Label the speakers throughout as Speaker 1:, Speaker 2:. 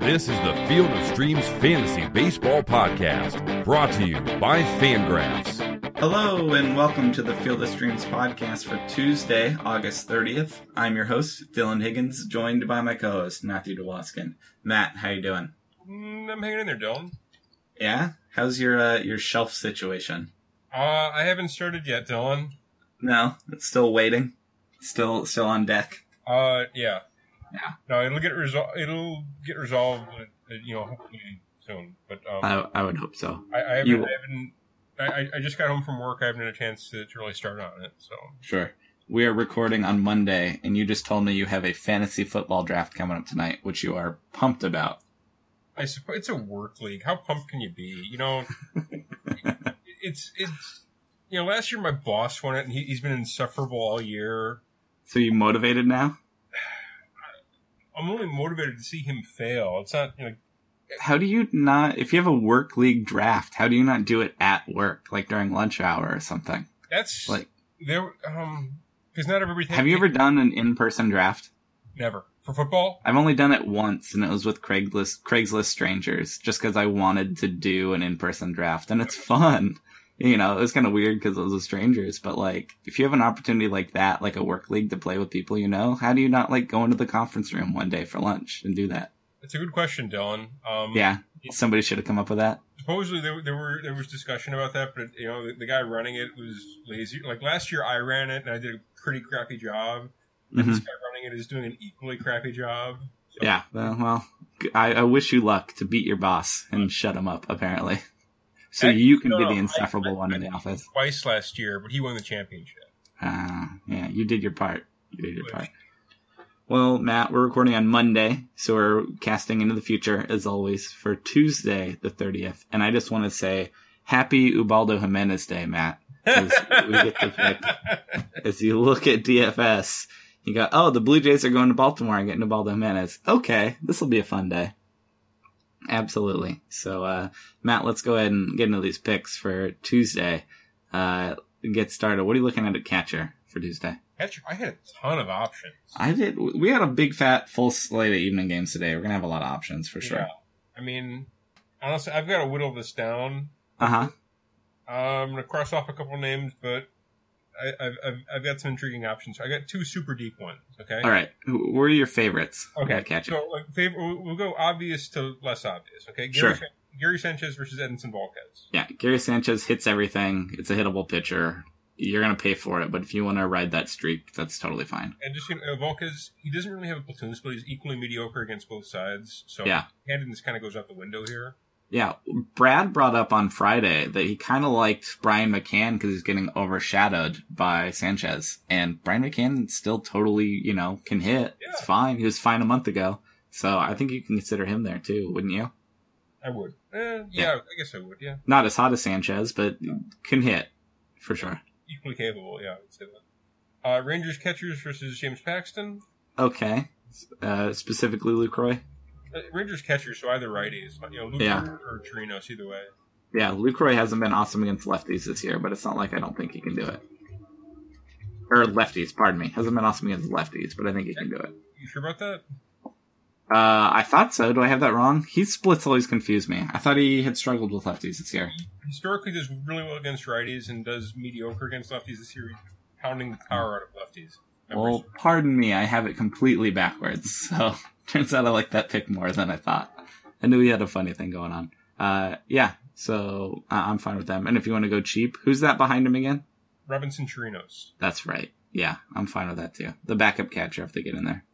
Speaker 1: This is the Field of Streams Fantasy Baseball Podcast, brought to you by Fangraphs.
Speaker 2: Hello and welcome to the Field of Streams podcast for Tuesday, August 30th. I'm your host, Dylan Higgins, joined by my co-host, Matthew DeWaskin. Matt, how you doing?
Speaker 3: Mm, I'm hanging in there, Dylan.
Speaker 2: Yeah? How's your uh, your shelf situation?
Speaker 3: Uh, I haven't started yet, Dylan.
Speaker 2: No, it's still waiting. Still still on deck.
Speaker 3: Uh, yeah.
Speaker 2: Yeah.
Speaker 3: No, it'll get resolved. It'll get resolved, uh, you know, hopefully soon. But um,
Speaker 2: I, I would hope so.
Speaker 3: I, I haven't.
Speaker 2: Uh, you-
Speaker 3: I, haven't I- I, I just got home from work. I haven't had a chance to, to really start on it. So
Speaker 2: Sure. We are recording on Monday and you just told me you have a fantasy football draft coming up tonight, which you are pumped about.
Speaker 3: I suppose it's a work league. How pumped can you be? You know, it's it's you know, last year my boss won it, and he, he's been insufferable all year.
Speaker 2: So you motivated now?
Speaker 3: I'm only motivated to see him fail. It's not you know,
Speaker 2: How do you not if you have a work league draft, how do you not do it at work, like during lunch hour or something?
Speaker 3: that's
Speaker 2: Like-
Speaker 3: there. Um, because not everything.
Speaker 2: Have you ever done an in-person draft?
Speaker 3: Never for football.
Speaker 2: I've only done it once, and it was with Craigslist Craigslist strangers, just because I wanted to do an in-person draft, and it's fun. You know, it was kind of weird because it was with strangers, but like, if you have an opportunity like that, like a work league to play with people you know, how do you not like go into the conference room one day for lunch and do that?
Speaker 3: That's a good question, Dylan. Um,
Speaker 2: Yeah, somebody should have come up with that.
Speaker 3: Supposedly there, there were there was discussion about that, but you know the, the guy running it was lazy. Like last year, I ran it and I did a pretty crappy job. And
Speaker 2: Mhm.
Speaker 3: This guy running it is doing an equally crappy job.
Speaker 2: Yeah, well, well, I, I wish you luck to beat your boss and shut him up, apparently, so
Speaker 3: Actually,
Speaker 2: you can
Speaker 3: no,
Speaker 2: be
Speaker 3: no,
Speaker 2: the
Speaker 3: I-
Speaker 2: insufferable
Speaker 3: I-
Speaker 2: one
Speaker 3: I-
Speaker 2: in the office.
Speaker 3: Twice last year, but he won the championship.
Speaker 2: Ah, yeah, you did your part. You did your part. Well, Matt, we're recording on Monday, so we're casting into the future as always for Tuesday, the thirtieth. And I just want to say happy Ubaldo Jimenez Day, Matt. As we get to pick. As you look at DFS, you go, oh, the Blue Jays are going to Baltimore and getting Ubaldo Jimenez. Okay, this will be a fun day. Absolutely. So, uh, Matt, let's go ahead and get into these picks for Tuesday. Uh, get started. What are you looking at at catcher for Tuesday?
Speaker 3: Catcher, I had a ton of options.
Speaker 2: I did. We had a big fat full slate of evening games today. We're gonna have a lot of options for sure.
Speaker 3: Yeah. I mean, honestly, I've got to whittle this down.
Speaker 2: Uh huh.
Speaker 3: I'm Um, gonna cross off a couple names, but I, I've, I've I've got some intriguing options. I got two super deep ones. Okay.
Speaker 2: All right. Who were your favorites?
Speaker 3: Okay,
Speaker 2: at catcher.
Speaker 3: So, like, favor- we'll, we'll go obvious to less obvious. Okay, Gary,
Speaker 2: Sure.
Speaker 3: San- Gary Sanchez versus Edinson Volquez.
Speaker 2: Yeah, Gary Sanchez hits everything. It's a hittable pitcher. You're gonna pay for it, but if you want to ride that streak, that's totally fine.
Speaker 3: And just you know, uh, Volquez, he doesn't really have a platoon split. He's equally mediocre against both sides. So
Speaker 2: Yeah.
Speaker 3: handedness kind of goes out the window here.
Speaker 2: Yeah, Brad brought up on Friday that he kind of liked Brian McCann because he's getting overshadowed by Sanchez, and Brian McCann still totally, you know, can hit. It's
Speaker 3: Yeah.
Speaker 2: fine. He was fine a month ago, so I think you can consider him there too, wouldn't you?
Speaker 3: I would. Eh, yeah,
Speaker 2: Yeah.
Speaker 3: I guess I would. Yeah,
Speaker 2: not as hot as Sanchez, but can hit for sure.
Speaker 3: equally capable. Yeah, I would say that. Uh, Rangers catchers versus James Paxton.
Speaker 2: Okay, uh, specifically Lucroy.
Speaker 3: Uh, Rangers catchers, so either righties, you know, Luke
Speaker 2: Yeah.
Speaker 3: or Torinos, either way.
Speaker 2: Yeah, Lucroy hasn't been awesome against lefties this year, but it's not like I don't think he can do it. Or lefties, pardon me, hasn't been awesome against lefties, but I think he can do it.
Speaker 3: You sure about that?
Speaker 2: Uh, I thought so. Do I have that wrong? His splits always confuse me. I thought he had struggled with lefties this year.
Speaker 3: Historically, does really well against righties and does mediocre against lefties this year, pounding the power out of lefties.
Speaker 2: Well, pardon me, I have it completely backwards. So turns out I like that pick more than I thought. I knew he had a funny thing going on. Uh, yeah, so I- I'm fine with them. And if you want to go cheap, who's that behind him again?
Speaker 3: Robinson Chirinos.
Speaker 2: That's right. Yeah, I'm fine with that too. The backup catcher if they get in there.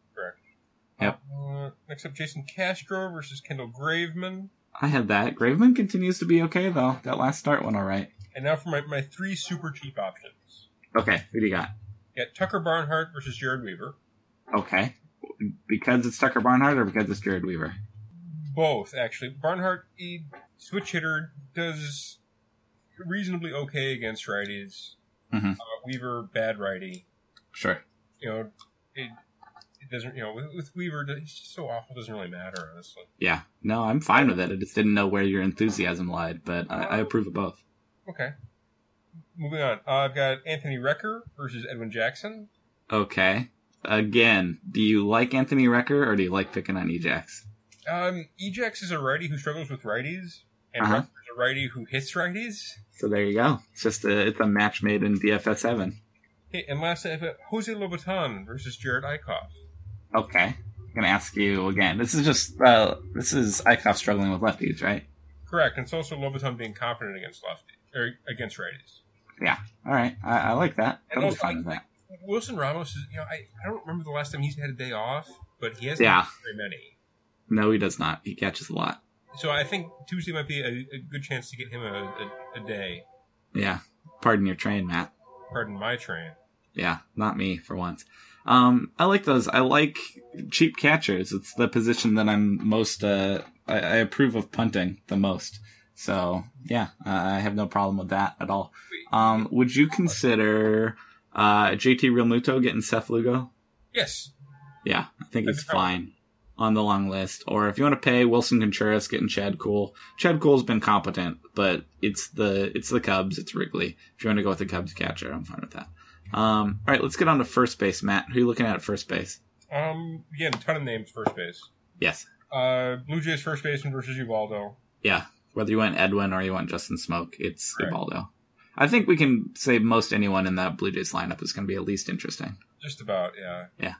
Speaker 2: Yep.
Speaker 3: Uh, next up, Jason Castro versus Kendall Graveman.
Speaker 2: I had that. Graveman continues to be okay though. That last start went all right.
Speaker 3: And now for my, my three super cheap options.
Speaker 2: Okay, who do you got?
Speaker 3: Yeah, Tucker Barnhart versus Jared Weaver.
Speaker 2: Okay. Because it's Tucker Barnhart or because it's Jared Weaver?
Speaker 3: Both, actually. Barnhart, he, switch hitter, does reasonably okay against righties.
Speaker 2: Mhm.
Speaker 3: Uh, Weaver, bad righty.
Speaker 2: Sure.
Speaker 3: You know, it, it doesn't, you know, with, with Weaver, he's just so awful, it doesn't really matter, honestly.
Speaker 2: Yeah. No, I'm fine with it. I just didn't know where your enthusiasm lied, but I, I approve of both.
Speaker 3: Okay. Moving on. Uh, I've got Anthony Recker versus Edwin Jackson.
Speaker 2: Okay. Again, do you like Anthony Recker or do you like picking on Ejax?
Speaker 3: Um, Ejax is a righty who struggles with righties, and
Speaker 2: Uh-huh.
Speaker 3: uh is a righty who hits righties.
Speaker 2: So there you go. It's just a it's a match made in DFS heaven.
Speaker 3: Hey, and last I have uh, Jose Lobaton versus Jared Eichhoff.
Speaker 2: Okay. I'm gonna ask you again. This is just uh this is Ikoff struggling with lefties, right?
Speaker 3: Correct, and it's also Lobaton being confident against lefty or against righties.
Speaker 2: All right. I, I like that.
Speaker 3: And
Speaker 2: I'm
Speaker 3: also,
Speaker 2: fine
Speaker 3: I-
Speaker 2: with that.
Speaker 3: Wilson Ramos is, you know, I, I don't remember the last time he's had a day off, but he hasn't
Speaker 2: Yeah.
Speaker 3: had very many.
Speaker 2: No, he does not. He catches a lot.
Speaker 3: So I think Tuesday might be a, a good chance to get him a, a, a day.
Speaker 2: Yeah. Pardon your train, Matt.
Speaker 3: Pardon my train.
Speaker 2: Yeah, not me for once. Um, I like those. I like cheap catchers. It's the position that I'm most. Uh, I, I approve of punting the most. So yeah, uh, I have no problem with that at all. Um, would you consider uh, JT Realmuto getting Seth Lugo?
Speaker 3: Yes,
Speaker 2: Yeah, I think he's fine on the long list. Or if you want to pay Wilson Contreras, getting Chad Cool. Chad Cool's been competent, but it's the it's the Cubs, it's Wrigley. If you want to go with the Cubs catcher, I'm fine with that. Um, all right, let's get on to first base, Matt. Who you looking at at first base?
Speaker 3: Um, again, ton of names. First base.
Speaker 2: Yes,
Speaker 3: Uh, Blue Jays first baseman versus Ubaldo.
Speaker 2: yeah. Whether you want Edwin or you want Justin Smoke, it's
Speaker 3: Right.
Speaker 2: Ibaldo. I think we can say most anyone in that Blue Jays lineup is going to be at least interesting.
Speaker 3: Just about, yeah.
Speaker 2: Yeah.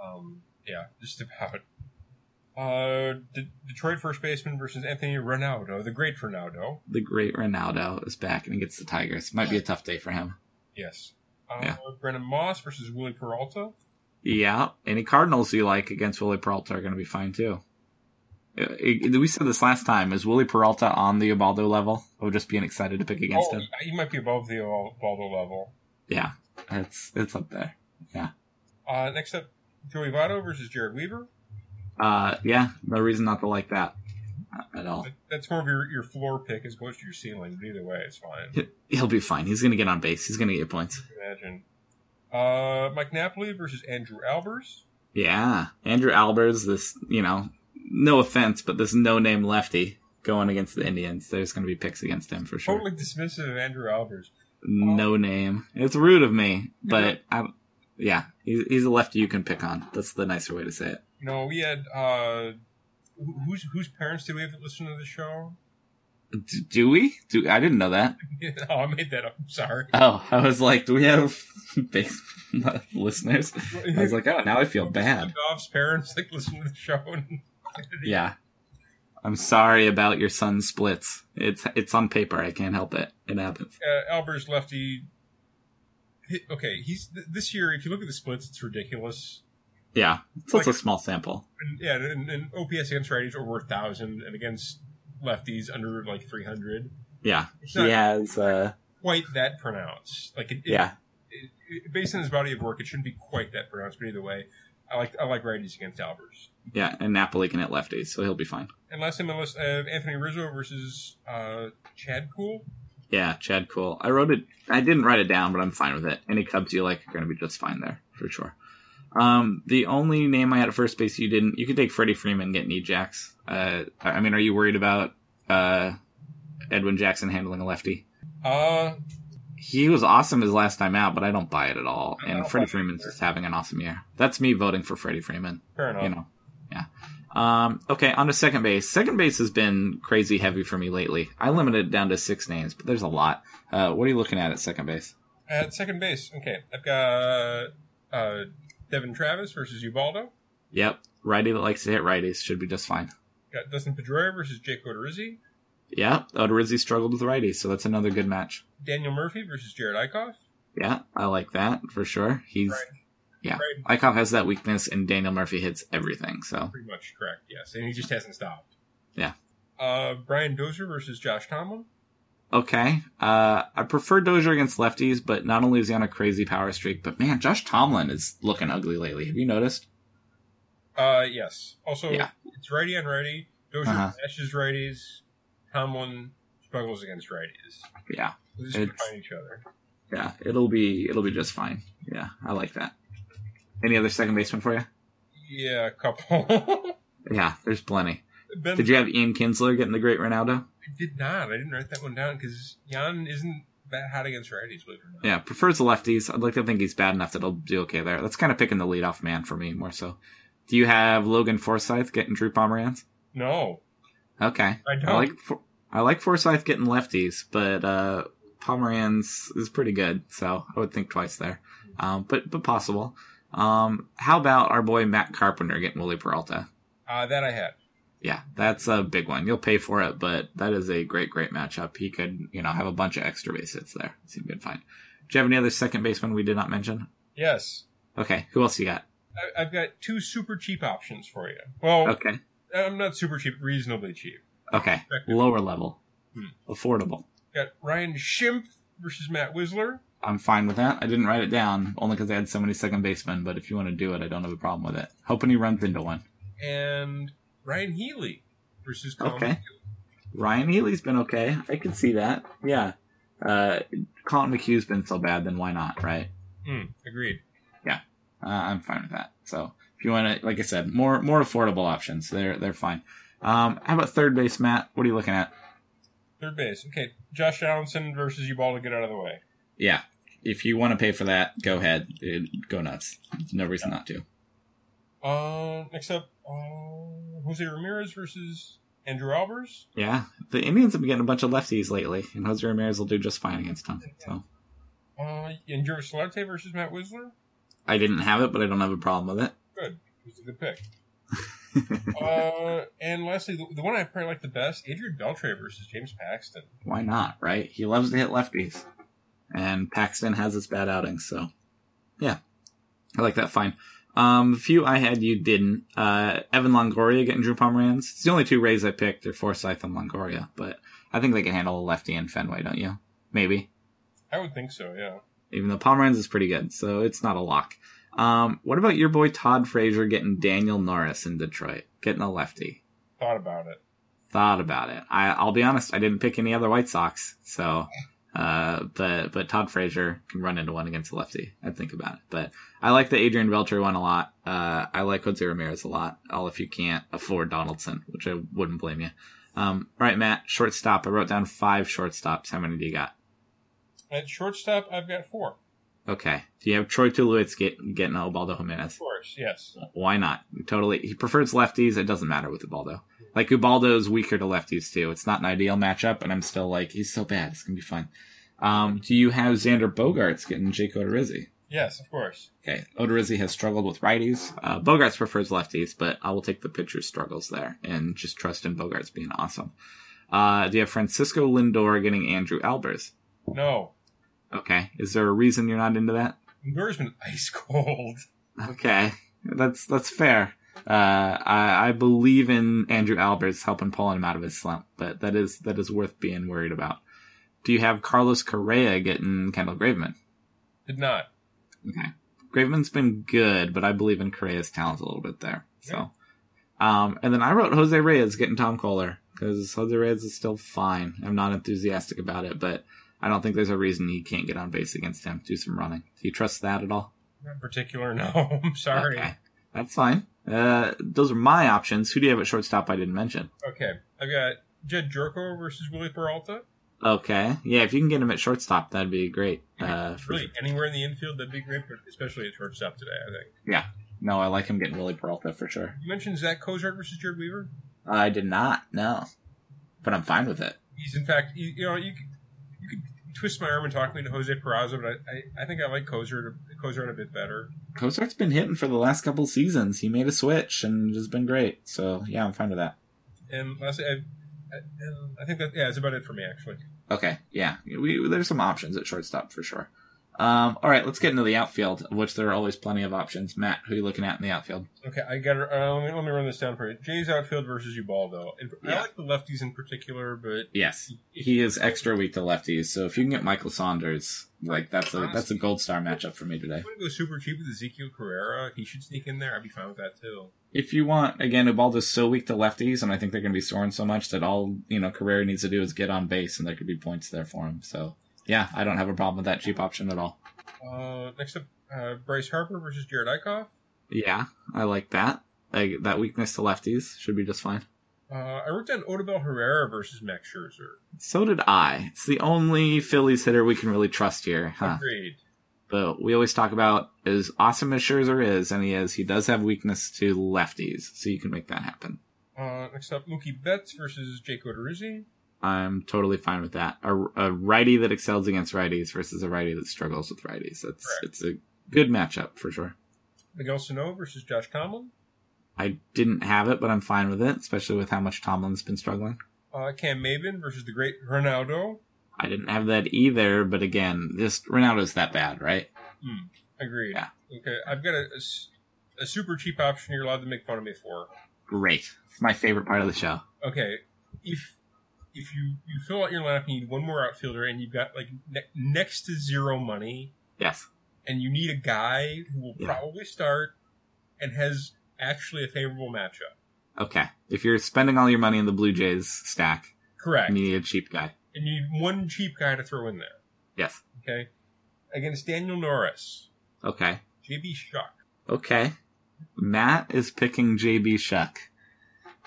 Speaker 3: Um, yeah, just about. Uh, D- Detroit first baseman versus Anthony Ronaldo, the great Ronaldo.
Speaker 2: The great Ronaldo is back and he gets the Tigers. Might be a tough day for him.
Speaker 3: Yes. Uh,
Speaker 2: Yeah.
Speaker 3: Brennan Moss versus Willie Peralta.
Speaker 2: Yeah, any Cardinals you like against Willie Peralta are going to be fine too. Uh, it- we said this last time. Is Willie Peralta on the Ubaldo level? I would just be excited to pick against
Speaker 3: oh,
Speaker 2: him.
Speaker 3: he might be above the Ubaldo level.
Speaker 2: Yeah, it's it's up there.
Speaker 3: Uh, next up, Joey Votto versus Jared Weaver.
Speaker 2: Uh, yeah, no reason not to like that uh, at all.
Speaker 3: That- That's more of your, your floor pick as opposed to your ceiling, but either way, it's fine.
Speaker 2: He- He'll be fine. He's going to get on base. He's going to get points.
Speaker 3: Imagine. Uh, Mike Napoli versus Andrew Albers.
Speaker 2: Yeah, Andrew Albers. This you know, no offense, but this no name lefty going against the Indians. There's going to be picks against him for sure.
Speaker 3: Totally dismissive of Andrew Albers.
Speaker 2: no name. It's rude of me, but I, yeah, he's, he's a lefty you can pick on. That's the nicer way to say it.
Speaker 3: You know, we had uh, wh- whose whose parents do we have that listen to the show?
Speaker 2: D- do we? Do I didn't know that.
Speaker 3: oh, I made that up. I'm sorry.
Speaker 2: Oh, I was like, do we have base listeners? I was like, oh, now I feel bad.
Speaker 3: Goff's parents like listen to the show. And
Speaker 2: Yeah, I'm sorry about your son's splits. It's it's on paper. I can't help it. It happens.
Speaker 3: uh, Albert's lefty. He- Okay, he's th- this year. If you look at the splits, it's ridiculous.
Speaker 2: Yeah, it's also a small sample.
Speaker 3: And, yeah, and, and OPS against righties over a thousand, and against lefties under like three hundred.
Speaker 2: Yeah,
Speaker 3: It's
Speaker 2: he
Speaker 3: not
Speaker 2: has. Uh,
Speaker 3: quite that pronounced. Like it, it-
Speaker 2: yeah,
Speaker 3: it- it- based on his body of work, it shouldn't be quite that pronounced. But either way, I like I like righties against Albers.
Speaker 2: yeah, and Napoli can hit lefties, so he'll be fine.
Speaker 3: And last name on the list, uh, Anthony Rizzo versus uh, Chad Cool.
Speaker 2: Yeah, Chad Cool. I wrote it. I didn't write it down, but I'm fine with it. Any Cubs you like are going to be just fine there for sure. Um, the only name I had at first base you didn't. You could take Freddie Freeman, get knee jacks. Uh, I I mean, are you worried about uh, Edwin Jackson handling a lefty?
Speaker 3: Uh,
Speaker 2: He was awesome his last time out, but I don't buy it at all.
Speaker 3: I
Speaker 2: And
Speaker 3: don't
Speaker 2: Freddie
Speaker 3: buy it
Speaker 2: Freeman's
Speaker 3: either.
Speaker 2: just having an awesome year. That's me voting for Freddie Freeman.
Speaker 3: fair enough.
Speaker 2: You know, yeah. Um, okay, on to second base. Second base has been crazy heavy for me lately. I limited it down to six names, but there's a lot. Uh, what are you looking at at second base?
Speaker 3: At second base, okay, I've got uh, Devin Travis versus Ubaldo.
Speaker 2: Yep, righty that likes to hit righties should be just fine.
Speaker 3: Got Dustin Pedroia versus Jake Odorizzi.
Speaker 2: Yep, Odorizzi struggled with righties, so that's another good match.
Speaker 3: Daniel Murphy versus Jared Eichhoff.
Speaker 2: Yeah, I like that for sure. He's
Speaker 3: Right.
Speaker 2: yeah.
Speaker 3: Right.
Speaker 2: Eichhoff has that weakness, and Daniel Murphy hits everything. So
Speaker 3: Pretty much correct, yes. And he just hasn't stopped.
Speaker 2: Yeah.
Speaker 3: Uh, Brian Dozier versus Josh Tomlin.
Speaker 2: okay, uh, I prefer Dozier against lefties, but not only is he on a crazy power streak, but man, Josh Tomlin is looking ugly lately. Have you noticed?
Speaker 3: Uh, yes. Also,
Speaker 2: Yeah.
Speaker 3: it's righty on righty. Dozier
Speaker 2: Uh-huh.
Speaker 3: bashes righties. Tomlin struggles against righties.
Speaker 2: Yeah.
Speaker 3: They just
Speaker 2: It's-
Speaker 3: find each other.
Speaker 2: yeah, it'll be it'll be just fine. Yeah, I like that. Any other second baseman for you?
Speaker 3: Yeah, a couple.
Speaker 2: Yeah, there's plenty.
Speaker 3: ben
Speaker 2: Did you have Ian Kinsler getting the great Ronaldo?
Speaker 3: I did not. I didn't write that one down because Jan isn't that hot against righties, believe it or not.
Speaker 2: Yeah, prefers the lefties. I'd like to think he's bad enough that he'll do okay there. That's kind of picking the leadoff man for me more so. Do you have Logan Forsyth getting Drew Pomeranz?
Speaker 3: No,
Speaker 2: Okay.
Speaker 3: I don't.
Speaker 2: I like For- I like Forsyth getting lefties, but uh, Pomeranz is pretty good, so I would think twice there. Um, but but possible. Um, how about our boy Matt Carpenter getting Willie Peralta?
Speaker 3: uh, that I had.
Speaker 2: Yeah, that's a big one. You'll pay for it, but that is a great great matchup. He could you know have a bunch of extra base hits there. It's a good find. Do you have any other second baseman we did not mention?
Speaker 3: Yes,
Speaker 2: Okay, who else you got?
Speaker 3: I, I've got two super cheap options for you. Well,
Speaker 2: Okay,
Speaker 3: I'm not super cheap, reasonably cheap.
Speaker 2: okay, lower level, affordable.
Speaker 3: Got Ryan Schimpf versus Matt Whistler.
Speaker 2: I'm fine with that. I didn't write it down only because I had so many second basemen, but if you want to do it, I don't have a problem with it. Hoping he runs into one.
Speaker 3: and Ryan Healy versus Colin
Speaker 2: Okay.
Speaker 3: McHugh.
Speaker 2: Ryan Healy's been okay. I can see that. Yeah. Uh, Colin McHugh's been so bad, then why not, right?
Speaker 3: Mm, agreed.
Speaker 2: Uh, I'm fine with that. So if you want to, like I said, more more affordable options. They're they're fine. Um, how about third base, Matt? What are you looking at?
Speaker 3: Third base. Okay, Josh Allenson versus Ubaldo. Get out of the way.
Speaker 2: Yeah. If you want to pay for that, go ahead. Dude, go nuts. No reason not to.
Speaker 3: Uh, next up, uh, Jose Ramirez versus Andrew Albers.
Speaker 2: Yeah. The Indians have been getting a bunch of lefties lately, and Jose Ramirez will do just fine against them. So.
Speaker 3: Uh, and Jervis Solarte versus Matt Whistler.
Speaker 2: I didn't have it, but I don't have a problem with it.
Speaker 3: He's a good pick. uh, and lastly, the, the one I probably like the best, Adrian Beltre versus James Paxton.
Speaker 2: Why not, right? He loves to hit lefties. And Paxton has his bad outings, so yeah. I like that fine. Um, the few I had you didn't. Uh, Evan Longoria getting Drew Pomeranz. It's the only two Rays I picked are Forsyth and Longoria, but I think they can handle a lefty in Fenway, don't you? Maybe.
Speaker 3: I would think so. Yeah.
Speaker 2: even though Pomeranz is pretty good, so it's not a lock. Um, what about your boy Todd Frazier getting Daniel Norris in Detroit, getting a lefty?
Speaker 3: Thought about it.
Speaker 2: Thought about it. I, I'll be honest, I didn't pick any other White Sox, so. Uh, but but Todd Frazier can run into one against a lefty. I'd think about it. But I like the Adrian Beltre one a lot. Uh, I like Jose Ramirez a lot. All if you can't afford Donaldson, which I wouldn't blame you. Um, all right, Matt, shortstop. I wrote down five shortstops. How many do you got?
Speaker 3: At shortstop, I've got four.
Speaker 2: Okay. Do you have Troy Tulowitzki get, getting Obaldo Jimenez?
Speaker 3: Of course, yes.
Speaker 2: Why not? Totally. He prefers lefties. It doesn't matter with Ubaldo. Like Ubaldo's weaker to lefties too. It's not an ideal matchup, and I'm still like, he's so bad. It's gonna be fun. Um, do you have Xander Bogarts getting Jake Odorizzi?
Speaker 3: Yes, of course.
Speaker 2: Okay, Odorizzi has struggled with righties. Uh, Bogarts prefers lefties, but I will take the pitcher's struggles there and just trust in Bogarts being awesome. Uh, do you have Francisco Lindor getting Andrew Albers?
Speaker 3: No.
Speaker 2: Okay, is there a reason you're not into that?
Speaker 3: Lindor's been ice cold.
Speaker 2: Okay, that's that's fair. Uh, I, I believe in Andrew Alberts helping pulling him out of his slump, but that is that is worth being worried about. Do you have Carlos Correa getting Kendall Graveman?
Speaker 3: Did not.
Speaker 2: Okay, Graveman's been good, but I believe in Correa's talent a little bit there. So, um, and then I wrote Jose Reyes getting Tom Kohler because Jose Reyes is still fine. I'm not enthusiastic about it, but I don't think there's a reason he can't get on base against him. Do some running. Do you trust that at all?
Speaker 3: Not in particular, no. I'm sorry.
Speaker 2: Okay. That's fine. Uh, those are my options. Who do you have at shortstop I didn't mention?
Speaker 3: Okay. I've got Jed Jerko versus Willie Peralta.
Speaker 2: Okay. Yeah, if you can get him at shortstop, that'd be great. Uh, for
Speaker 3: Really, anywhere in the infield, that'd be great, but especially at shortstop today, I think.
Speaker 2: No, I like him getting Willie Peralta for sure.
Speaker 3: You mentioned Zach Kozart versus Jared Weaver.
Speaker 2: I did not, no. But I'm fine with it.
Speaker 3: He's, in fact, you, you know, you could, you could twist my arm and talk me into Jose Peraza, but I, I, I think I like Kozart, Kozart a bit better.
Speaker 2: Cozart's been hitting for the last couple seasons. He made a switch and has been great. So, yeah, I'm fine with that.
Speaker 3: And lastly, I, I, I think that, yeah, that's about it for me, actually.
Speaker 2: Okay, yeah. We, there's some options at shortstop for sure. Um, all right, let's get into the outfield, of which there are always plenty of options. Matt, who are you looking at in the outfield?
Speaker 3: Okay, I got. Uh, let, me, let me run this down for you. Jay's outfield versus Ubaldo. And I
Speaker 2: Yeah.
Speaker 3: like the lefties in particular, but
Speaker 2: Yes, he is extra weak to lefties. So if you can get Michael Saunders, like that's a that's a gold star matchup for me today.
Speaker 3: I'm going to go super cheap with Ezekiel Carrera. He should sneak in there. I'd be fine with that too.
Speaker 2: If you want, again, Ubaldo's so weak to lefties, and I think they're going to be soaring so much that all you know Carrera needs to do is get on base, and there could be points there for him. So yeah, I don't have a problem with that cheap option at all.
Speaker 3: Uh, next up, uh, Bryce Harper versus Jared Eichhoff.
Speaker 2: Yeah, I like that. Like that weakness to lefties should be just fine.
Speaker 3: Uh, I wrote down Odubel Herrera versus Max Scherzer.
Speaker 2: So did I. It's the only Phillies hitter we can really trust here, huh?
Speaker 3: Agreed.
Speaker 2: but we always talk about as awesome as Scherzer is, and he is, he does have weakness to lefties, so you can make that happen.
Speaker 3: Uh, next up, Mookie Betts versus Jake Odorizzi.
Speaker 2: I'm totally fine with that. A, a righty that excels against righties versus a righty that struggles with righties. That's
Speaker 3: Correct.
Speaker 2: it's a good matchup for sure.
Speaker 3: Miguel Sano versus Josh Tomlin.
Speaker 2: I didn't have it, but I'm fine with it, especially with how much Tomlin's been struggling.
Speaker 3: Uh, Cam Maven versus the great Ronaldo.
Speaker 2: I didn't have that either, but again, just Ronaldo's that bad, right?
Speaker 3: Agreed.
Speaker 2: Yeah.
Speaker 3: Okay, I've got a, a s- a super cheap option you're allowed to make fun of me for.
Speaker 2: Great. It's my favorite part of the show.
Speaker 3: Okay, if if you, you fill out your lineup, you need one more outfielder, and you've got like ne- next to zero money,
Speaker 2: Yes.
Speaker 3: and you need a guy who will
Speaker 2: Yeah.
Speaker 3: probably start and has actually a favorable matchup.
Speaker 2: Okay. If you're spending all your money in the Blue Jays stack,
Speaker 3: Correct.
Speaker 2: you need a cheap guy.
Speaker 3: And you need one cheap guy to throw in there.
Speaker 2: Yes.
Speaker 3: Okay, against Daniel Norris,
Speaker 2: Okay.
Speaker 3: JB Shuck.
Speaker 2: Okay. Matt is picking JB Shuck.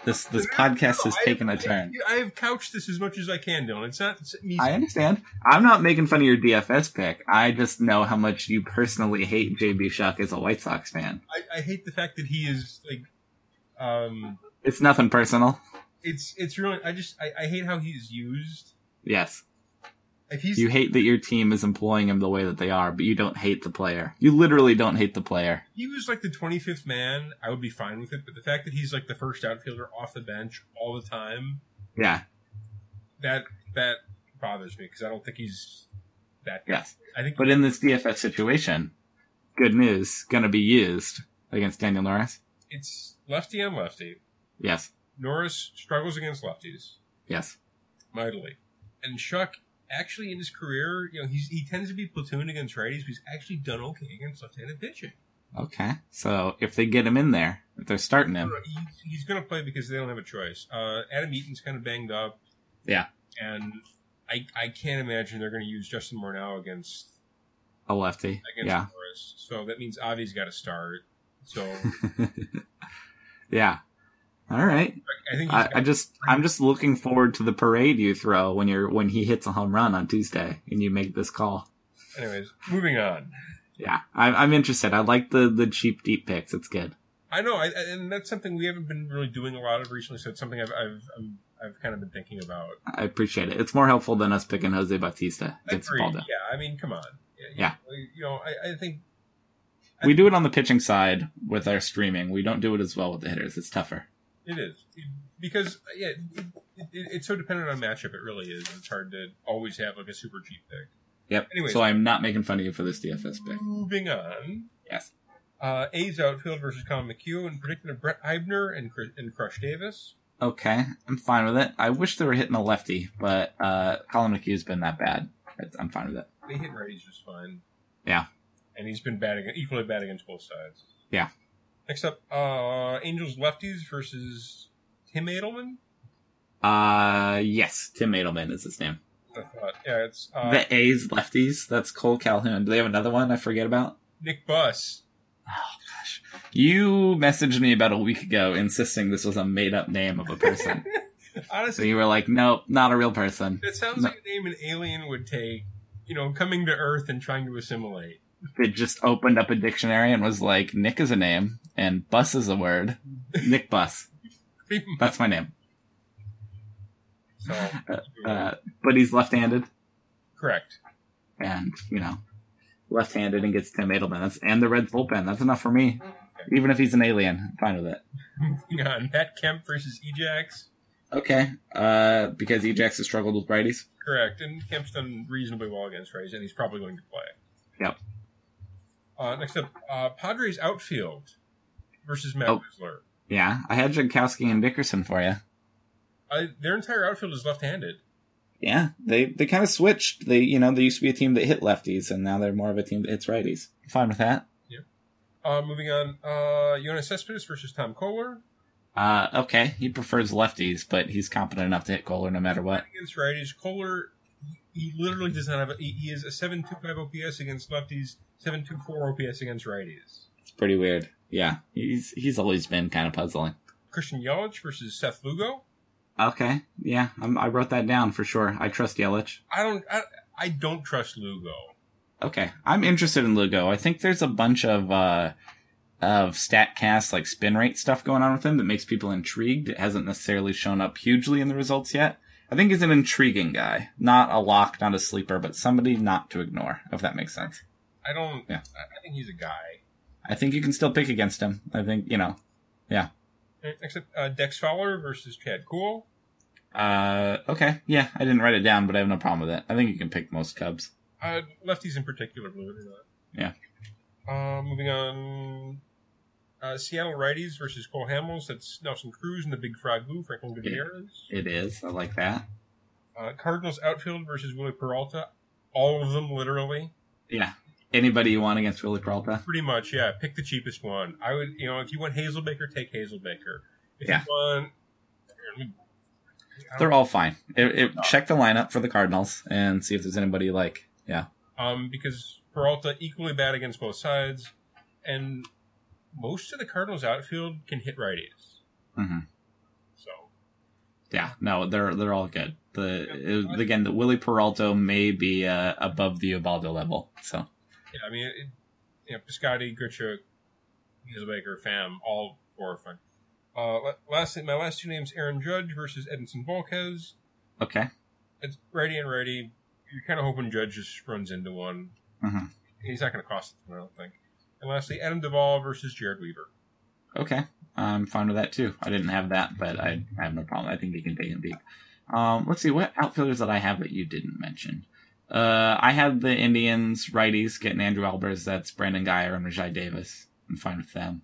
Speaker 2: This this podcast has
Speaker 3: I-
Speaker 2: taken a turn.
Speaker 3: I have couched this as much as I can, Dylan. It's not it's me.
Speaker 2: I understand. I'm not making fun of your DFS pick. I just know how much you personally hate JB Shuck as a White Sox fan.
Speaker 3: I, I hate the fact that he is like, um,
Speaker 2: It's nothing personal.
Speaker 3: it's it's really. I just I, I hate how he's used.
Speaker 2: Yes.
Speaker 3: If he's
Speaker 2: You hate that your team is employing him the way that they are, but you don't hate the player. You literally don't hate the player.
Speaker 3: he was like the twenty fifth man, I would be fine with it. But the fact that he's like the first outfielder off the bench all the time,
Speaker 2: Yeah.
Speaker 3: that that bothers me because I don't think he's that. Good.
Speaker 2: Yes.
Speaker 3: I think
Speaker 2: But in this DFS situation, good news, gonna be used against Daniel Norris.
Speaker 3: it's lefty and lefty.
Speaker 2: Yes.
Speaker 3: Norris struggles against lefties
Speaker 2: Yes.
Speaker 3: mightily, and Shuck. Actually, in his career, you know, he's, he tends to be platoon against righties, but he's actually done okay against left-handed pitching.
Speaker 2: Okay. So if they get him in there, if they're starting him,
Speaker 3: No, no, he's, he's going to play because they don't have a choice. Uh, Adam Eaton's kind of banged up.
Speaker 2: Yeah.
Speaker 3: And I I can't imagine they're going to use Justin Morneau against
Speaker 2: a lefty.
Speaker 3: against
Speaker 2: Yeah.
Speaker 3: Morris. So that means Avi's got to start. So
Speaker 2: yeah. All right.
Speaker 3: I think he's
Speaker 2: I,
Speaker 3: got-
Speaker 2: I just I'm just looking forward to the parade you throw when you're when he hits a home run on Tuesday and you make this call.
Speaker 3: anyways, moving on.
Speaker 2: Yeah, I'm, I'm interested. I like the the cheap deep picks. It's good.
Speaker 3: I know, I, I- and that's something we haven't been really doing a lot of recently. So it's something I've I've I've, I've kind of been thinking about.
Speaker 2: I appreciate it. It's more helpful than us picking Jose Bautista against
Speaker 3: Agreed.
Speaker 2: Baldo.
Speaker 3: Yeah, I mean, come on. you
Speaker 2: Yeah.
Speaker 3: know, You know, I, I think
Speaker 2: We do it on the pitching side with our streaming. We don't do it as well with the hitters. It's tougher.
Speaker 3: It is because yeah, it, it, it's so dependent on matchup. It really is. It's hard to always have like a super cheap pick.
Speaker 2: Yep.
Speaker 3: Anyways.
Speaker 2: So I'm not making fun of you for this DFS pick.
Speaker 3: Moving on,
Speaker 2: Yes.
Speaker 3: uh, A's outfield versus Colin McHugh, in particular Brett Eibner and Cr- and Crush Davis.
Speaker 2: Okay, I'm fine with it. I wish they were hitting a lefty, but uh, Colin McHugh's been that bad. I'm fine with it.
Speaker 3: They hit righties just fine.
Speaker 2: Yeah.
Speaker 3: and he's been bad ag- equally bad against both sides.
Speaker 2: Yeah.
Speaker 3: Next up, uh, Angels lefties versus Tim Edelman.
Speaker 2: Uh, yes, Tim Adelman is his name.
Speaker 3: I thought, yeah, it's uh,
Speaker 2: the A's lefties. That's Cole Calhoun. Do they have another one I forget about?
Speaker 3: Nick Buss.
Speaker 2: You messaged me about a week ago insisting this was a made up name of a person. so
Speaker 3: Honestly,
Speaker 2: you were like, nope, not a real person.
Speaker 3: That sounds
Speaker 2: No.
Speaker 3: like a name an alien would take, you know, coming to Earth and trying to assimilate.
Speaker 2: It just opened up a dictionary and was like, Nick is a name and bus is a word. Nick Bus. That's my name.
Speaker 3: so,
Speaker 2: Uh, but he's left handed
Speaker 3: correct.
Speaker 2: and, you know, left handed and gets Tim Adelman. That's, and the Reds bullpen. That's enough for me. Even if he's an alien, I'm fine with it.
Speaker 3: Moving on. Matt Kemp versus Ejax.
Speaker 2: Okay. Uh, because Ejax has struggled with righties.
Speaker 3: Correct. And Kemp's done reasonably well against Rays, and he's probably going to play.
Speaker 2: Yep.
Speaker 3: Uh, next up, uh, Padres outfield versus Matt
Speaker 2: Oh.
Speaker 3: Wisler.
Speaker 2: Yeah, I had Jankowski and Dickerson for you.
Speaker 3: Uh, their entire outfield is left-handed.
Speaker 2: Yeah, they they kind of switched. They you know they used to be a team that hit lefties, and now they're more of a team that hits righties. Fine with that.
Speaker 3: Uh, moving on, uh, Jonas Cespedes versus Tom Kohler.
Speaker 2: Uh, okay, he prefers lefties, but he's competent enough to hit Kohler no matter what.
Speaker 3: against righties. Kohler, he he literally does not have. A, he, he is a seven two five OPS against lefties, seven two four OPS against righties.
Speaker 2: It's pretty weird. Yeah, he's he's always been kind of puzzling.
Speaker 3: Christian Yelich versus Seth Lugo.
Speaker 2: Okay, yeah, I'm, I wrote that down for sure. I trust Yelich.
Speaker 3: I don't. I, I don't trust Lugo.
Speaker 2: Okay, I'm interested in Lugo. I think there's a bunch of uh, of statcast like spin rate stuff going on with him that makes people intrigued. It hasn't necessarily shown up hugely in the results yet. I think he's an intriguing guy, not a lock, not a sleeper, but somebody not to ignore, if that makes sense.
Speaker 3: I don't.
Speaker 2: Yeah.
Speaker 3: I I think he's a guy.
Speaker 2: I think you can still pick against him. I think you know.
Speaker 3: Except uh, Dex Fowler versus Chad Cool.
Speaker 2: Uh, okay, yeah, I didn't write it down, but I have no problem with it. I think you can pick most Cubs.
Speaker 3: Uh, lefties in particular, believe it or
Speaker 2: Yeah.
Speaker 3: not. Yeah. Uh, moving on. Uh, Seattle righties versus Cole Hamels. That's Nelson Cruz and the Big Frog Blue, Franklin Gutierrez.
Speaker 2: It is. I like that.
Speaker 3: Uh, Cardinals outfield versus Willie Peralta. All of them, literally.
Speaker 2: Yeah. Anybody you want against Willie Peralta?
Speaker 3: Pretty much, yeah. Pick the cheapest one. I would, you know, if you want Hazelbaker, take Hazelbaker. If
Speaker 2: Yeah.
Speaker 3: you want.
Speaker 2: They're all fine. It, it, check the lineup for the Cardinals and see if there's anybody you like. Yeah.
Speaker 3: um, because Peralta equally bad against both sides, and most of the Cardinals outfield can hit righties.
Speaker 2: Mm-hmm.
Speaker 3: So
Speaker 2: Yeah. No, they're they're all good. The it- again, the Willie Peralta may be uh, above the Ubaldo level. So
Speaker 3: yeah, I mean, it, you know, Piscotty, Grichuk, Hazelbaker, Fam, all four are fun. Uh, la- last my last two names: Aaron Judge versus Edinson Volquez.
Speaker 2: okay.
Speaker 3: It's righty and righty. You're kind of hoping Judge just runs into one.
Speaker 2: Mhm.
Speaker 3: He's not going to cost it, I don't think. And lastly, Adam Duvall versus Jared Weaver.
Speaker 2: Okay. I'm fine with that too. I didn't have that, but I, I have no problem. I think you can take him deep. Um, let's see what outfielders that I have that you didn't mention. Uh, I had the Indians righties getting Andrew Albers. That's Brandon Guyer and Rajai Davis. I'm fine with them.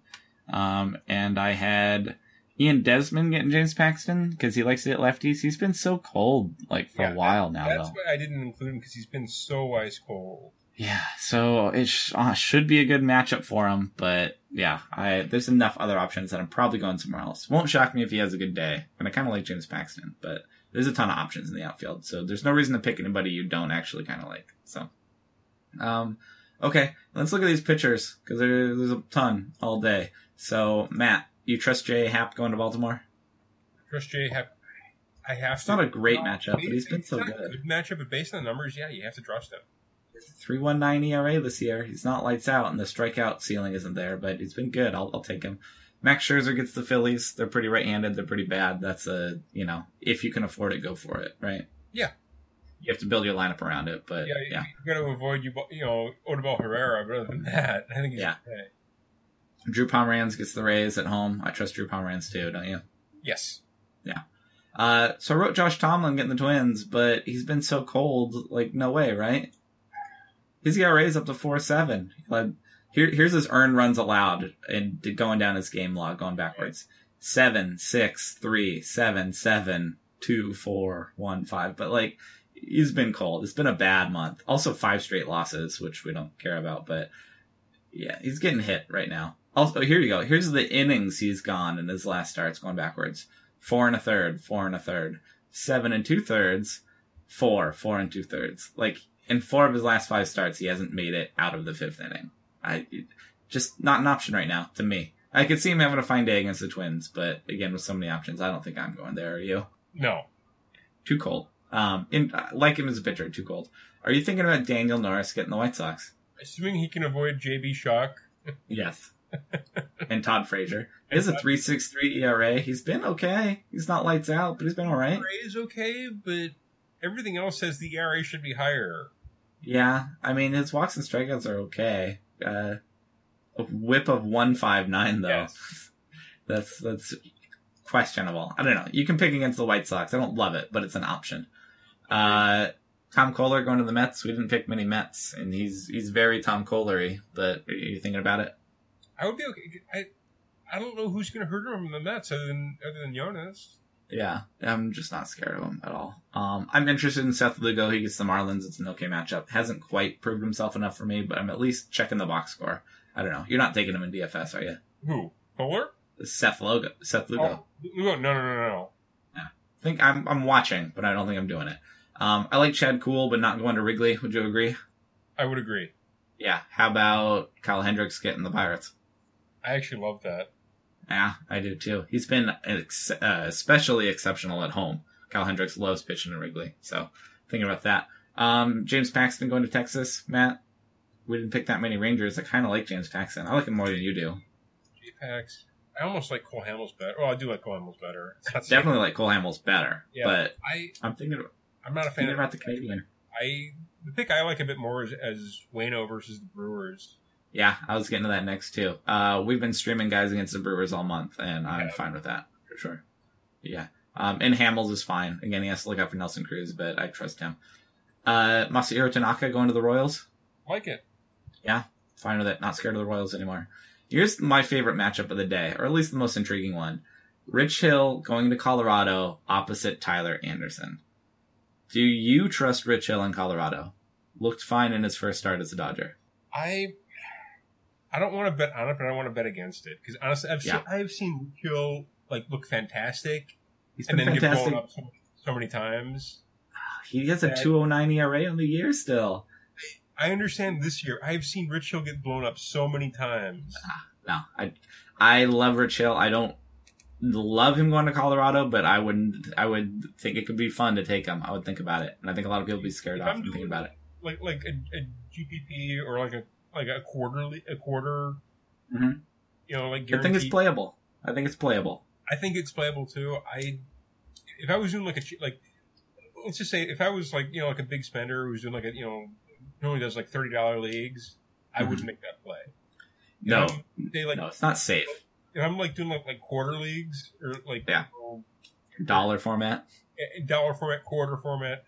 Speaker 2: Um, and I had Ian Desmond getting James Paxton because he likes to hit lefties. He's been so cold like for
Speaker 3: Yeah,
Speaker 2: a while now
Speaker 3: That's
Speaker 2: though.
Speaker 3: why I didn't include him because he's been so ice cold.
Speaker 2: Yeah, so it sh- uh, should be a good matchup for him, but yeah, I there's enough other options that I'm probably going somewhere else. Won't shock me if he has a good day, and I kind of like James Paxton, but there's a ton of options in the outfield, so there's no reason to pick anybody you don't actually kind of like. So, um, okay, let's look at these pitchers because there, there's a ton all day. So, Matt, you trust J Happ going to Baltimore?
Speaker 3: Trust J. Hap- I have
Speaker 2: It's
Speaker 3: to.
Speaker 2: not a great matchup, but he's been
Speaker 3: It's
Speaker 2: so
Speaker 3: not a
Speaker 2: good.
Speaker 3: matchup, but based on the numbers, yeah, you have to trust him.
Speaker 2: Three one nine ERA this year. He's not lights out, and the strikeout ceiling isn't there, but he's been good. I'll, I'll take him. Max Scherzer gets the Phillies. They're pretty right-handed. They're pretty bad. That's a you know, if you can afford it, go for it, right?
Speaker 3: Yeah.
Speaker 2: You have to build your lineup around it, but
Speaker 3: Yeah,
Speaker 2: yeah,
Speaker 3: you- You're going to avoid you, you know, Odubel Herrera. But other than that, I think he's
Speaker 2: Yeah.
Speaker 3: okay.
Speaker 2: Drew Pomeranz gets the Rays at home. I trust Drew Pomeranz too, don't you?
Speaker 3: Yes,
Speaker 2: Uh, so I wrote Josh Tomlin getting the Twins, but he's been so cold, like no way, right? His ERA is up to four seven. Like, here, here's his earned runs allowed and d- going down his game log, going backwards: seven, six, three, seven, seven, two, four, one, five. But like, he's been cold. It's been a bad month. Also, five straight losses, which we don't care about, but yeah, he's getting hit right now. Also, here you go. Here's the innings he's gone in his last starts, going backwards four and a third, four and a third, seven and two thirds, four, four and two thirds. Like in four of his last five starts, he hasn't made it out of the fifth inning. I just not an option right now to me. I could see him having a fine day against the Twins, but again, with so many options, I don't think I'm going there. Are you?
Speaker 3: no.
Speaker 2: Too cold. Um, in, I like him as a pitcher, too cold. Are you thinking about Daniel Norris getting the White Sox?
Speaker 3: Assuming he can avoid JB Shock,
Speaker 2: Yes. and Todd Frazier. He has a 3.63 ERA. E He's been okay. He's not lights out, but he's been all right.
Speaker 3: Ray is okay, but everything else says the ERA should be higher.
Speaker 2: Yeah, I mean his walks and strikeouts are okay. Uh, a whip of one five nine though. That's that's questionable. I don't know. You can pick against the White Sox. I don't love it, but it's an option. Uh, Tom Kohler going to the Mets. We didn't pick many Mets, and he's he's very Tom Kohlery. But are you thinking about it?
Speaker 3: I would be okay. I I don't know who's going to hurt him in the Mets other than other than Jonas.
Speaker 2: Yeah, I'm just not scared of him at all. Um, I'm interested in Seth Lugo. He gets the Marlins. It's an okay matchup. Hasn't quite proved himself enough for me, but I'm at least checking the box score. I don't know. You're not taking him in DFS, are you?
Speaker 3: Who? Fuller?
Speaker 2: Seth Logo, Seth Lugo.
Speaker 3: Oh, Lugo? No, no, no, no.
Speaker 2: I think I'm I'm watching, but I don't think I'm doing it. Um, I like Chad Cool, but not going to Wrigley. Would you agree?
Speaker 3: I would agree.
Speaker 2: Yeah. How about Kyle Hendricks getting the Pirates?
Speaker 3: I actually love that.
Speaker 2: Yeah, I do too. He's been ex- uh, especially exceptional at home. Kyle Hendricks loves pitching in Wrigley, so thinking about that. Um, James Paxton going to Texas, Matt. We didn't pick that many Rangers. I kind of like James Paxton. I like him more than you do.
Speaker 3: Apex. I almost like Cole Hamels better. Well, I do like Cole Hamels better. It's not saying-
Speaker 2: Definitely like Cole Hamels better,
Speaker 3: Yeah.
Speaker 2: but
Speaker 3: I
Speaker 2: I'm thinking,
Speaker 3: I'm not a fan
Speaker 2: thinking
Speaker 3: of
Speaker 2: about the Canadian.
Speaker 3: I the pick I like a bit more is, is Wayno versus the Brewers.
Speaker 2: Yeah, I was getting to that next too. Uh, we've been streaming guys against the Brewers all month, and I'm
Speaker 3: Yeah.
Speaker 2: fine with that for sure. Yeah, um, and Hamels is fine. Again, he has to look out for Nelson Cruz, but I trust him. Uh, Masahiro Tanaka going to the Royals.
Speaker 3: Like it.
Speaker 2: fine with it. Not scared of the Royals anymore. Here's my favorite matchup of the day, or at least the most intriguing one. Rich Hill going to Colorado opposite Tyler Anderson. Do you trust Rich Hill in Colorado? Looked fine in his first start as a Dodger.
Speaker 3: I I don't want to bet on it, but I want to bet against it because honestly, I've seen
Speaker 2: Yeah.
Speaker 3: I've seen Hill like look fantastic
Speaker 2: He's
Speaker 3: and
Speaker 2: been
Speaker 3: then get
Speaker 2: fantastic.
Speaker 3: blown up so, so many times.
Speaker 2: He has E a
Speaker 3: Yeah.
Speaker 2: 209 ERA on the year still.
Speaker 3: I understand this year. I've seen Rich Hill get blown up so many times.
Speaker 2: No, I I love Rich Hill. I don't love him going to Colorado, but I would I would think it could be fun to take him. I would think about it, and I think a lot of people would be scared
Speaker 3: If
Speaker 2: off
Speaker 3: I'm
Speaker 2: from thinking
Speaker 3: doing-
Speaker 2: about it.
Speaker 3: Like like a, a GPP or like a like a quarterly a quarter.
Speaker 2: Mhm.
Speaker 3: You know, like
Speaker 2: I think it's
Speaker 3: guaranteed-
Speaker 2: playable. I think it's playable.
Speaker 3: I think it's playable too. I if I was doing like a che- like let's just say if I was like you know like a big spender who's doing like a you know normally does like thirty dollar leagues, I
Speaker 2: Mhm.
Speaker 3: wouldn't make that play. If
Speaker 2: No,
Speaker 3: I'm- they like
Speaker 2: no, it's not safe.
Speaker 3: if I'm like doing like, like quarter leagues or like
Speaker 2: Yeah.
Speaker 3: you know,
Speaker 2: Dollar format.
Speaker 3: a- a dollar format, quarter format,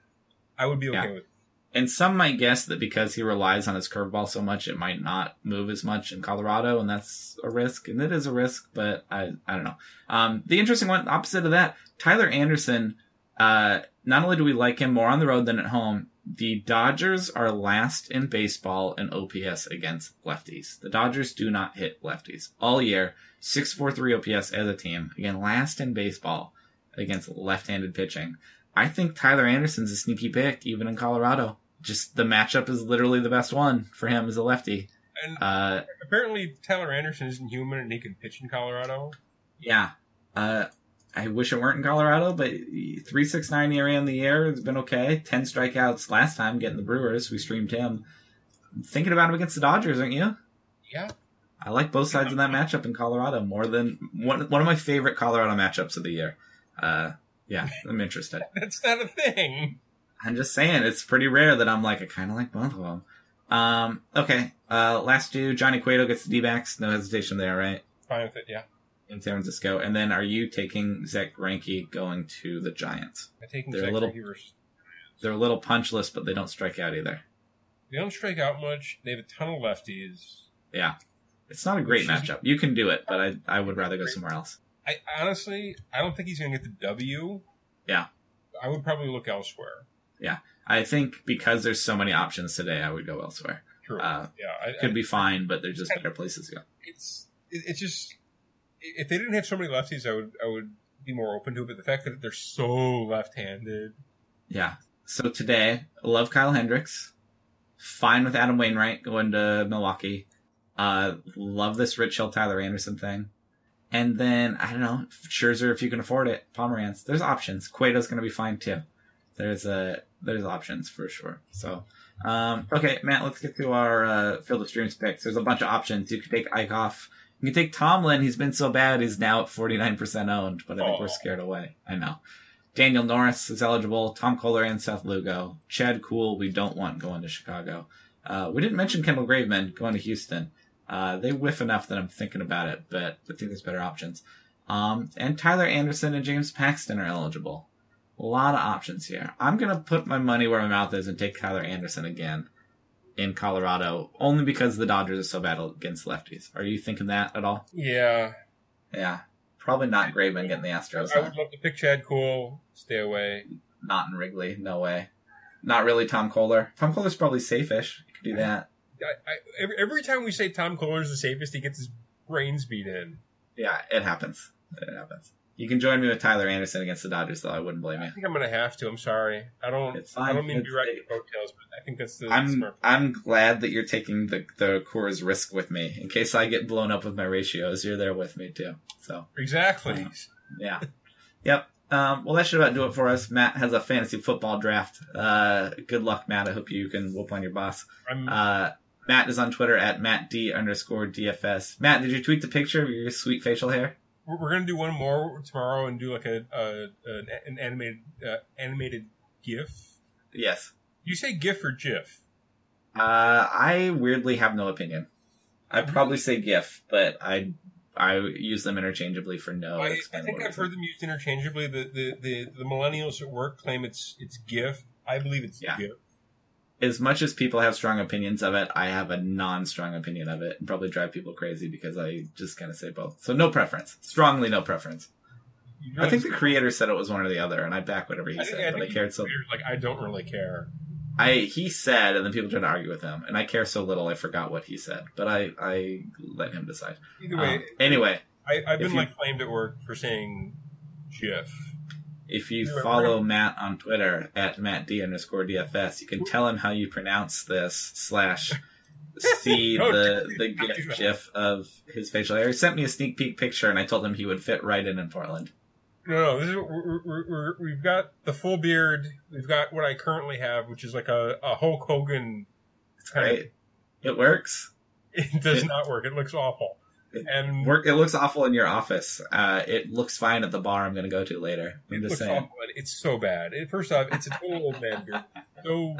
Speaker 3: I would be okay
Speaker 2: Yeah.
Speaker 3: with. It.
Speaker 2: And some might guess that because he relies on his curveball so much, it might not move as much in Colorado, and that's a risk. And it is a risk, but I, I don't know. Um, the interesting one, opposite of that, Tyler Anderson. Uh, not only do we like him more on the road than at home, the Dodgers are last in baseball in OPS against lefties. The Dodgers do not hit lefties all year. Six four three OPS as a team. Again, last in baseball against left-handed pitching. I think Tyler Anderson's a sneaky pick, even in Colorado. Just the matchup is literally the best one for him as a lefty.
Speaker 3: And
Speaker 2: Uh,
Speaker 3: apparently Tyler Anderson isn't human and he can pitch in Colorado.
Speaker 2: yeah. Uh, I wish it weren't in Colorado, but three six nine area in the air has been okay. Ten strikeouts last time getting the Brewers. We streamed him. Thinking about him against the Dodgers, aren't you?
Speaker 3: Yeah,
Speaker 2: I like both sides of that matchup in Colorado more than one. One of my favorite Colorado matchups of the year. Uh, yeah, I'm interested.
Speaker 3: that's not a thing.
Speaker 2: I'm just saying it's pretty rare that I'm like I kind of like both of them. Um, okay, uh, last two Johnny Cueto gets the D-backs, no hesitation there, right?
Speaker 3: Fine with it. Yeah,
Speaker 2: In San Francisco, and then are you taking Zach Greinke going to the Giants?
Speaker 3: I'm taking
Speaker 2: They're a
Speaker 3: Zach
Speaker 2: little-
Speaker 3: Greinke versus
Speaker 2: They're a little punchless, but they don't strike out either.
Speaker 3: They don't strike out much. They have a ton of lefties.
Speaker 2: Yeah, it's not a great matchup. You can do it, but I I would rather go somewhere else.
Speaker 3: I honestly, I don't think he's going to get the W.
Speaker 2: Yeah.
Speaker 3: I would probably look elsewhere.
Speaker 2: I think because there's so many options today, I would go elsewhere.
Speaker 3: True.
Speaker 2: Uh,
Speaker 3: yeah. I, I,
Speaker 2: Could be fine, but there's just better places to go.
Speaker 3: it's it, it's just if they didn't have so many lefties, I would I would be more open to it. But the fact that they're so left-handed,
Speaker 2: Yeah. So today, love Kyle Hendricks. Fine with Adam Wainwright going to Milwaukee. Uh, love this Rich Hill Tyler Anderson thing. And then I don't know Scherzer if you can afford it. Pomeranz. There's options. Cueto's going to be fine too. There's uh there's options for sure. So um okay Matt, let's get to our uh, field of streams picks. There's a bunch of options. You can take Eichhoff. You can take Tomlin. He's been so bad. He's now at 49% owned, but I think
Speaker 3: Aw.
Speaker 2: we're scared away. I know. Daniel Norris is eligible. Tom Kohler and Seth Lugo. Chad Cool. We don't want going to Chicago. Uh, we didn't mention Kendall Graveman going to Houston. Uh, they whiff enough that I'm thinking about it, but I think there's better options. Um, and Tyler Anderson and James Paxton are eligible. A lot of options here. I'm going to put my money where my mouth is and take Tyler Anderson again in Colorado, only because the Dodgers are so bad against lefties. Are you thinking that at all?
Speaker 3: yeah.
Speaker 2: Yeah. Probably not Graveman getting the Astros.
Speaker 3: I
Speaker 2: huh?
Speaker 3: would love to pick Chad Cool. Stay away.
Speaker 2: Not in Wrigley. No way. Not really Tom Kohler. Tom Kohler's probably safe-ish. You could do that.
Speaker 3: I, I, every, every time we say Tom Kohler's the safest, he gets his brains beat in.
Speaker 2: Yeah, it happens. It happens. You can join me with Tyler Anderson against the Dodgers, though. I wouldn't blame
Speaker 3: I
Speaker 2: you.
Speaker 3: think I'm going to have to. I'm sorry. I don't.
Speaker 2: It's
Speaker 3: I
Speaker 2: fine.
Speaker 3: don't mean to be
Speaker 2: It's-
Speaker 3: riding your coattails, but I think that's the
Speaker 2: I'm
Speaker 3: smart-
Speaker 2: I'm glad that you're taking the the Coors risk with me. In case I get blown up with my ratios, you're there with me too. So
Speaker 3: exactly.
Speaker 2: yeah, yep. Um, well, that should about do it for us. Matt has a fantasy football draft. Uh, good luck, Matt. I hope you can whoop on your boss.
Speaker 3: I'm
Speaker 2: Uh, Matt is on Twitter at MattD underscore DFS. Matt, did you tweet the picture of your sweet facial hair?
Speaker 3: We're, we're gonna do one more tomorrow and do like a, a an, an animated uh, animated GIF.
Speaker 2: Yes.
Speaker 3: You say GIF or GIF?
Speaker 2: Uh, I weirdly have no opinion. I probably say GIF, but I I use them interchangeably for no.
Speaker 3: I, I
Speaker 2: explainable
Speaker 3: think I've
Speaker 2: reason.
Speaker 3: heard them used interchangeably. The the, the the millennials at work claim it's it's GIF. I believe it's
Speaker 2: Yeah.
Speaker 3: GIF.
Speaker 2: as much as people have strong opinions of it, I have a non-strong opinion of it, and probably drive people crazy because I just kind of say both. So no preference, strongly no preference.
Speaker 3: You
Speaker 2: I think
Speaker 3: realize-
Speaker 2: the creator said it was one or the other, and I back whatever he
Speaker 3: I think- I
Speaker 2: said, but I
Speaker 3: think
Speaker 2: cared so.
Speaker 3: creators, like I don't really care.
Speaker 2: I he said, and then people tried to argue with him, and I care so little, I forgot what he said, but I I let him decide.
Speaker 3: Either way,
Speaker 2: Um, anyway,
Speaker 3: I, I've been
Speaker 2: if you-
Speaker 3: like claimed at work for saying GIF.
Speaker 2: If you
Speaker 3: Anyway,
Speaker 2: follow Matt on Twitter at Matt D underscore DFS, you can tell him how you pronounce this slash see
Speaker 3: No,
Speaker 2: the the
Speaker 3: don't do
Speaker 2: gif,
Speaker 3: that.
Speaker 2: gif of his facial hair. He sent me a sneak peek picture, and I told him he would fit right in in Portland.
Speaker 3: No, no, this is we're, we're, we're, we've got the full beard. We've got what I currently have, which is like a, a Hulk Hogan. Kind of,
Speaker 2: Right? It works.
Speaker 3: it does
Speaker 2: It-
Speaker 3: not work. It looks awful.
Speaker 2: It
Speaker 3: And
Speaker 2: Work. It looks awful in your office. Uh, it looks fine at the bar I'm going to go to later. I'm
Speaker 3: it
Speaker 2: just
Speaker 3: looks
Speaker 2: saying.
Speaker 3: awful. and It's so bad. It, first off, it's a total old man beard. So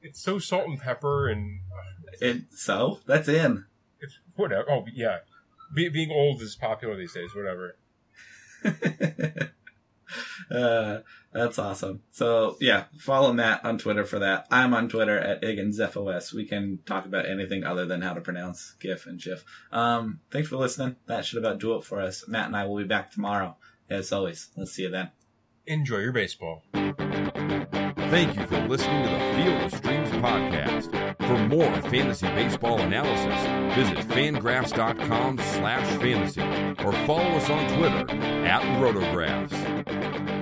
Speaker 3: it's so salt and pepper and uh,
Speaker 2: It, so that's in.
Speaker 3: it's whatever. Oh yeah, Be, being old is popular these days. Whatever.
Speaker 2: uh, that's awesome. So yeah, follow Matt on Twitter for that. I'm on Twitter at IgginsFOS. We can talk about anything other than how to pronounce GIF and GIF. Um, thanks for listening. That should about do it for us. Matt and I will be back tomorrow. As always, let's see you then.
Speaker 3: Enjoy your baseball.
Speaker 1: Thank you for listening to the Field of Streams podcast. For more fantasy baseball analysis, visit fangraphs.com slash fantasy or follow us on Twitter at rotographs.